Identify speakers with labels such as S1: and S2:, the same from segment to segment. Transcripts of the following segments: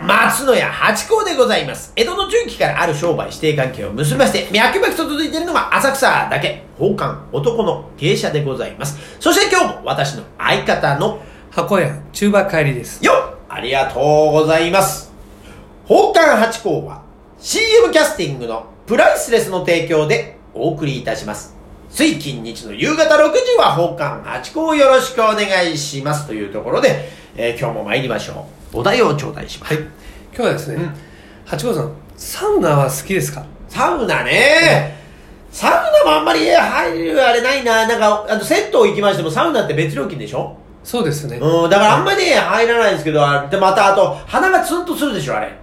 S1: 松野屋八甲でございます。江戸の中期からある商売指定関係を結びまして、脈々と続いているのが浅草だけ、宝冠男の芸者でございます。そして今日も私の相方の
S2: 箱屋中馬帰りです
S1: よっありがとうございます。宝冠八甲は CM キャスティングのプライスレスの提供でお送りいたします。水金日の夕方6時は宝冠八甲をよろしくお願いしますというところで、えー今日も参りましょう。お題を頂戴します。
S2: はい今日はですね、
S1: うん
S2: 八五さんサウナは好きですか
S1: サウナね、サウナもあんまり入るあれないな。なんか、あと、銭湯行きましてもサウナって別料金でしょ
S2: そうですね、
S1: うん、だからあんまりね、入らないんですけど、あで、またあと、鼻がツンとするでしょ、あれ。だか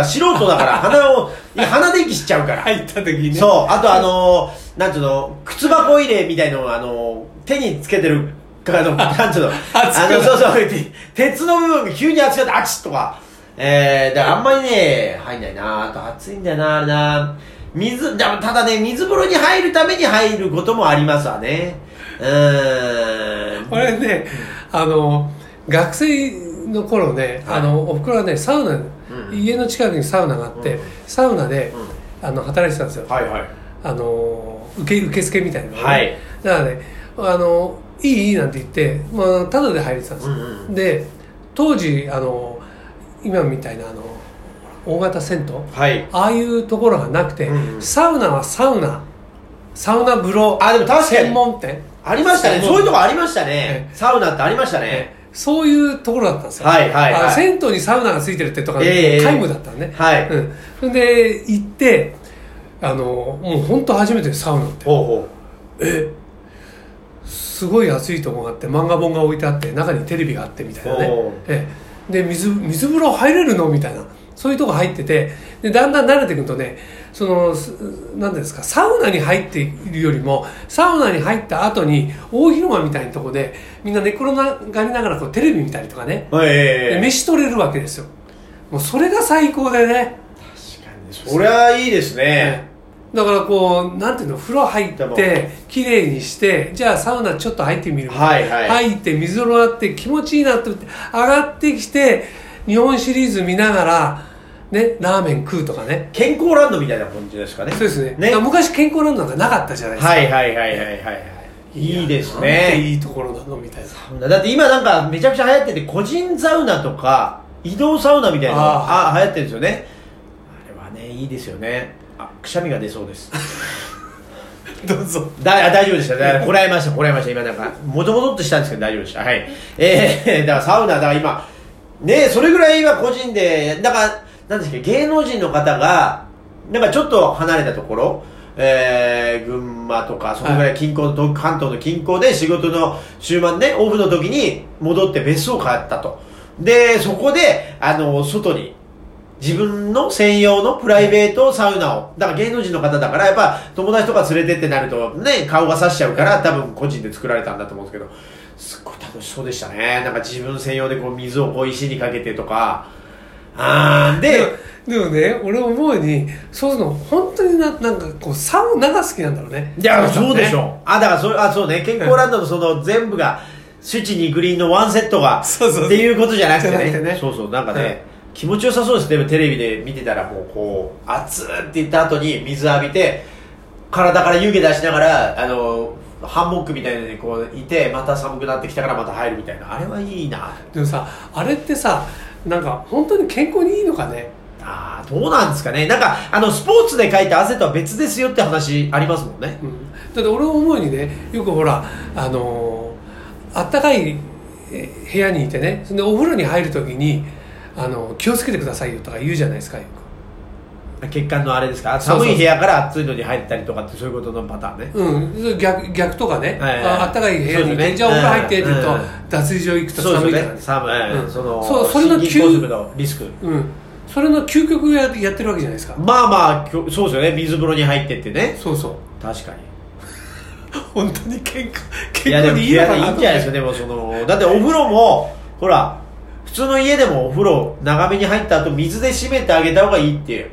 S1: ら素人だから、鼻を、鼻で息しちゃうから。
S2: 入った時にね
S1: そう、あとあのー、なんつうの、靴箱入れみたいのを、あのー、手につけてる、あ の、なんつうの、
S2: 熱く
S1: あの、そうそう、て鉄の部分が急に熱くなって、あちっとか。えー、だからあんまりね、入んないなあと暑いんだよなあれな水、でもただね、水風呂に入るために入ることもありますわね。うーん。
S2: これねあの学生の頃ね、
S1: はい
S2: あのおふくろはねサウナ、
S1: うん
S2: 家の近くにサウナがあって、
S1: うん
S2: サウナで、あの働いてたんですよ、
S1: はいはい。
S2: あの受け受付みたいなのね
S1: はい
S2: だからねあのいいいいなんて言って、まあ、ただで入れてたんですよ、
S1: うんうん
S2: で当時あの今みたいなあの大型銭湯
S1: はい。
S2: ああいうところがなくて、
S1: うんうん
S2: サウナはサウナサウナ風呂
S1: あでも確かに
S2: 専門店
S1: ありましたね。
S2: そう
S1: そういうとこありましたね。サウナってありましたね。
S2: そういうところだったんですよ、
S1: はいはいはい
S2: あ銭湯にサウナがついてるってとか、
S1: ええええ
S2: 皆無だったのね、
S1: はい
S2: うん、それで行ってあのもう本当初めてサウナって
S1: ほうほ
S2: すごい熱いとこがあって漫画本が置いてあって中にテレビがあってみたいなね
S1: おう、
S2: ええで水水風呂入れるのみたいなそういうとこ入っててでだんだん慣れてくるとねそのすなんていうんですかサウナに入っているよりもサウナに入った後に大広間みたいなとこでみんな寝転がりながらこうテレビ見たりとかね、
S1: う。え
S2: で
S1: え
S2: 飯取れるわけですよもうそれが最高でね、
S1: 確かに。そりゃいいですね。
S2: だからこうなんていうの風呂入っ
S1: でも
S2: て綺麗にしてじゃあサウナちょっと入ってみるみたな
S1: はいは
S2: 入って水風呂あって気持ちいいなって思って上がってきて日本シリーズ見ながら、ね、ラーメン食うとかね
S1: 健康ランドみたいな感じですかね。
S2: そうですね
S1: ね
S2: だから昔健康ランドなんかなかったじゃないですか、
S1: はいはいはいはいはいはい。いいです
S2: なんて
S1: ね。
S2: いいところなのみたいな
S1: だって今なんかめちゃくちゃ流行ってて、個人サウナとか、移動サウナみたいなの
S2: あ
S1: あ流行ってるんですよね。あれはね、いいですよね。あ、くしゃみが出そうです。
S2: どうぞ
S1: だあ大丈夫でした、だこらえました、こらえました、今なんか、もともとっとしたんですけど、大丈夫でした、はい、えー、 だからサウナ、だから今、ね、それぐらい今、個人で、だから、なんですか、芸能人の方が、なんかちょっと離れたところ、えー、群馬とか、そこぐらい近郊の、関東の近郊で仕事の終盤ね、オフの時に戻って別荘を買ったと。で、そこで、あの、外に自分の専用のプライベートサウナを、だから芸能人の方だから、やっぱ友達とか連れてってなるとね、顔が刺しちゃうから、多分個人で作られたんだと思うんですけど、すっごい楽しそうでしたね。なんか自分専用でこう水をこう石にかけてとか、あー、で、
S2: でもね俺思うにそういうの本当にななんかこうサウナが好きなんだろうね
S1: いや、そうでし
S2: ね
S1: ょ。あ、だからそれ、あ、そうね、健康ランドのその全部が、シュチにグリーンのワンセットが、
S2: そうそう
S1: っていうことじゃなくて
S2: じゃなく
S1: ね。
S2: てね
S1: そうそう、なんか
S2: うん
S1: ね、気持ちよさそうですね。でもテレビで見てたらもうこう、熱って言った後に水浴びて、体から湯気出しながら、あの、ハンモックみたいなのにこういて、また寒くなってきたからまた入るみたいな。あれはいいな。
S2: でもさあれってさなんか本当に健康にいいのかね
S1: ああ、どうなんですかね。なんか、あの、スポーツでかいた汗とは別ですよって話ありますもんね。
S2: うんだって俺思うにねよくほらあのーあったかいえ部屋にいてねそれでお風呂に入る時にあの気をつけてくださいよとか言うじゃないですかよ
S1: 血管のあれですか
S2: そうそう
S1: 寒い部屋から暑いのに入ったりとかってそういうことのパターンね
S2: く、うん、それ逆逆とかね、
S1: はいはいはい
S2: ああったかい部屋に
S1: そ
S2: いうて、
S1: ですね
S2: じゃあお風呂入ってって言うと、
S1: うんうん
S2: 脱衣所行くと
S1: そう
S2: 寒い
S1: です
S2: から
S1: よ
S2: ね
S1: ね寒い、
S2: うん
S1: その
S2: そうそれの
S1: 心筋
S2: 急
S1: 梗塞のリスク
S2: うん、それの究極ややってるわけじゃないですか、
S1: まあまあきょそうですよね水風呂に入ってってね
S2: そう そう
S1: 確かに
S2: 本当に健康
S1: い
S2: 健
S1: やで
S2: 康
S1: も
S2: にい
S1: い
S2: いの
S1: や
S2: かない
S1: いんじゃないですかでもそのだってお風呂もほら普通の家でもお風呂長めに入った後水で締めてあげた方がいいって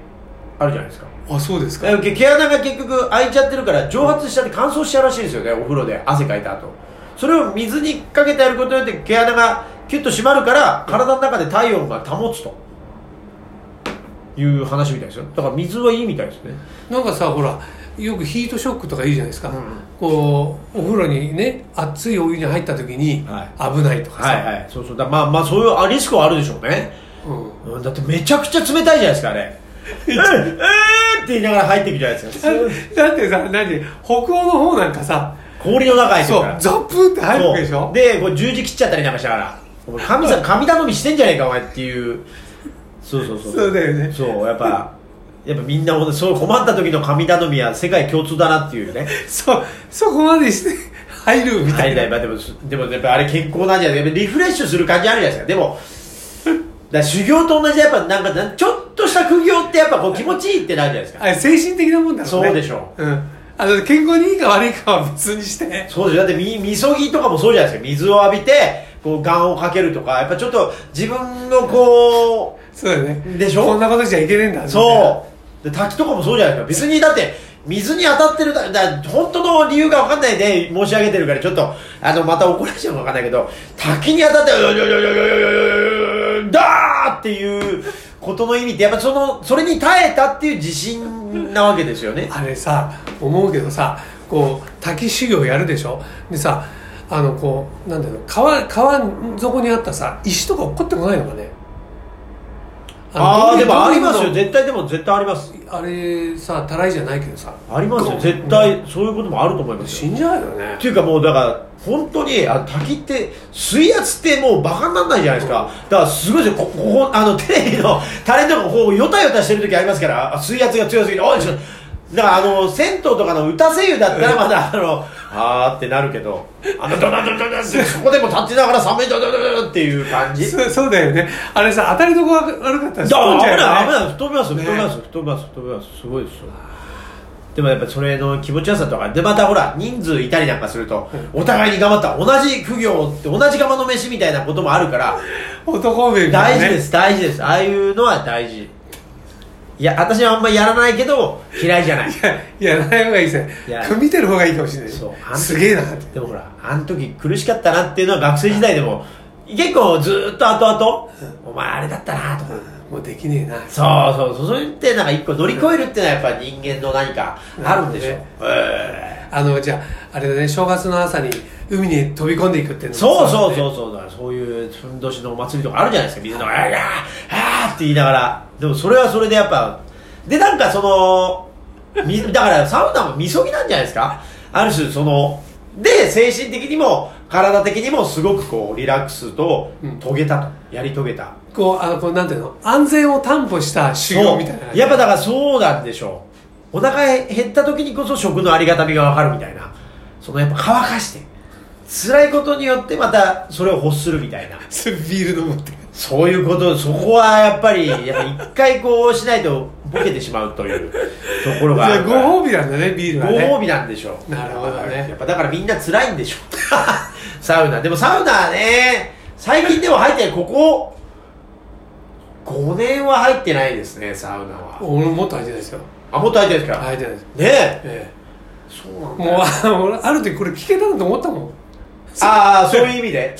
S1: あるじゃないですか
S2: あそうですか
S1: だから毛穴が結局開いちゃってるから蒸発しちゃって乾燥しちゃうらしいんですよねお風呂で汗かいた後それを水にかけてやることによって毛穴がキュッと締まるから体の中で体温が保つという話みたいですよだから水はいいみたいですね
S2: なんかさほらよくヒートショックとかいいじゃないですか、
S1: うん
S2: こうお風呂にね熱いお湯に入った時に
S1: は
S2: 危ないとかさ、
S1: はいはいそうそうだまあまあそういうあリスクはあるでしょうね、
S2: うん
S1: うん、だってめちゃくちゃ冷たいじゃないですかあ れうんうんって言いながら入っていくじゃないです か
S2: だだってさ何北欧の方なんかさ
S1: 氷の中入ってる
S2: そう
S1: から
S2: ザップンって入るわけでし
S1: そ
S2: ょ
S1: うでこう十字切っちゃったりなんかしたからお前神さん神頼みしてんじゃねえかお前っていうそうそうそう
S2: そうだよね
S1: そうやっぱやっぱみんなもそう困った時の神頼みは世界共通だなっていう ね
S2: そうそこまでして入るみた
S1: はいい
S2: な、
S1: はいまあでもすでもやっぱあれ健康なんじゃないですかリフレッシュする感じあるじゃないですかでもだから修行と同じでやっぱなんかなんちょっとした苦行ってやっぱこう気持ちいいってなるじゃないですか
S2: あれ精神的なもんだろうね
S1: そうでしょ
S2: う、ん、あの健康にいいか悪いかは別にして
S1: そうですよだってみみそぎとかもそうじゃないですか水を浴びてこう眼をかけるとかやっぱちょっと自分のこう
S2: そうだよね
S1: でしょ
S2: こんなことしちゃいけねえんだ
S1: そうで滝とかもそうじゃないですか別にだって水に当たってるだだ本当の理由が分かんないで申し上げてるからちょっとあのまた怒られちゃうか分かんないけど滝に当たって「よよよよよよよよだー!」っていうことの意味ってやっぱそのそれに耐えたっていう自信なわけですよね
S2: あれさ思うけどさこう滝修行やるでしょでさあのこうなんだろう川川底にあったさ石とか落っこってこないのかね
S1: ああー
S2: の
S1: でもあります
S2: どうい
S1: よ
S2: う
S1: 絶対でも絶対あります
S2: あれさたらいじゃないけどさ
S1: ありますよ絶対そういうこともあると思いますよ
S2: 死んじゃうよね
S1: っていうかもうだから本当にあの滝って水圧ってもうバカにならないじゃないですかだからすごいですよこここあのテレビのタレントがこうヨタヨタしてる時ありますからあ水圧が強すぎておいちょだからあの銭湯とかの歌声優だったらまだあのあーってなるけどあのドナドナドナってそこでも立ちながら寒いドナドナドナっていう感じ
S2: そうそうだよねあれさ当たりどこが悪かったら
S1: だから危ない危
S2: よね
S1: ない太りますよ
S2: ね
S1: 太りますよ太りますよ太りますよすごいですよでもやっぱそれの気持ちよさとかでまたほら人数いたりなんかするとお互いに頑張った同じ苦行って同じ釜の飯みたいなこともある から
S2: 男梅
S1: 大事です大事ですああいうのは大事いや私はあんまやらないけど嫌いじゃない
S2: いややらない方がいいですね
S1: いや
S2: 見てる方がいいかもしれない
S1: そう
S2: すげえなって
S1: でもほらあの時苦しかったなっていうのは学生時代でも結構ずーっと後々お前あれだったなとか
S2: もうできねえな
S1: そうそうそうそれってなんか一個乗り越えるってのはやっぱ人間の何かあるんでしょ、
S2: ね
S1: え
S2: あのじゃああれだね正月の朝に海に飛び込んでいくっていう
S1: え
S2: の
S1: そうそう
S2: う
S1: そうそうだからそういうふんどしのお祭りとかあるじゃないですかみんなが「あーあーって言いながらでもそれはそれでやっぱでなんかそのみ だからサウナもみそぎなんじゃないですかある種そので精神的にも体的にもすごくこうリラックスと
S2: うん
S1: 遂げたと、やり遂げた
S2: こうあのこうなんていうの安全を担保した修行みたいな
S1: そうやっぱだからそうなんでしょうお腹減った時にこそ食のありがたみがわかるみたいなそのやっぱ乾かして辛いことによってまたそれを欲するみたい な
S2: それビール飲むって
S1: そういうことそこはやっぱりやっぱ一回こうしないとボケてしまうというところ
S2: じ
S1: があ
S2: ゃあ
S1: るから
S2: ご褒美なんだねビールはね
S1: ご褒美なんでしょう
S2: なるほどね
S1: やっぱだからみんな辛いんでしょう サウナでもサウナね最近でも入ってないここ5年は入ってないですねサウナは
S2: 俺もっと入ってないですよ
S1: あ、もっと入ってるんですか、
S2: 入ってないです
S1: ねえ。
S2: え
S1: そうな
S2: えもうあ俺ある時これ聞けたなと思ったもん
S1: ああ、そういう意味で。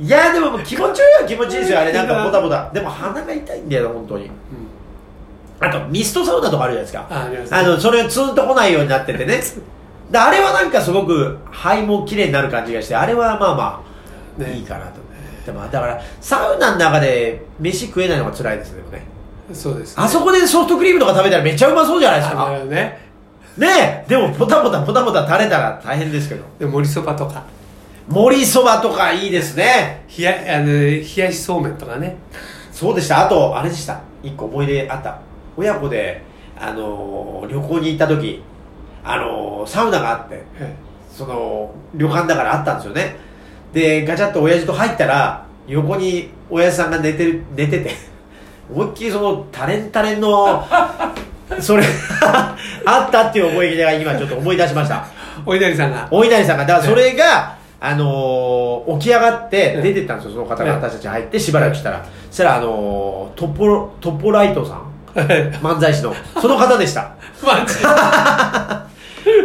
S1: いや、でももう気持ちよいは気持ちいいですよ、あれ。なんかボタボタ。でも鼻が痛いんだよな、本当に。あと、ミストサウナとかあるじゃないですか。
S2: ああります
S1: あの、それツーンと来ないようになっててね。であれはなんかすごく肺も綺麗になる感じがして、あれはまあまあ、
S2: ね
S1: いいかなと。でも、だから、サウナの中で飯食えないのが辛いですね、でもね。
S2: そうです、ね、
S1: あそこでソフトクリームとか食べたらめっちゃうまそうじゃないです
S2: あ
S1: か。
S2: のね
S1: ねえ、でもポタポタポタポタ垂れたら大変ですけど。
S2: で盛りそばとか
S1: 盛りそばとかいいですね
S2: 冷やあの冷やしそうめんとかね
S1: そうでしたあとあれでした一個思い出あった親子で、あのー旅行に行った時、あのーサウナがあって
S2: え
S1: その旅館だからあったんですよねでガチャッと親父と入ったら横に親父さんが寝てる寝てて思いっきりそのタレンタレンのそれ あったっていう思い出が今ちょっと思い出しました
S2: えお稲荷さんが
S1: お稲荷さんがだからそれが、あのー起き上がって
S2: うん
S1: 出てったんですよその方
S2: うん
S1: が私たち入ってしばらくしたらそしたら、あのートッポロトッポライトさん漫才師のその方でした
S2: マジ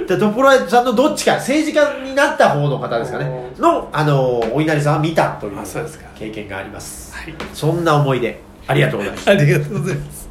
S1: でトッポライトさんのどっちか政治家になった方の方ですかね
S2: お
S1: の、あのーお稲荷さんを見たという
S2: あそうですか
S1: 経験があります
S2: はい
S1: そんな思い出ありがとうございました
S2: ありがとうございます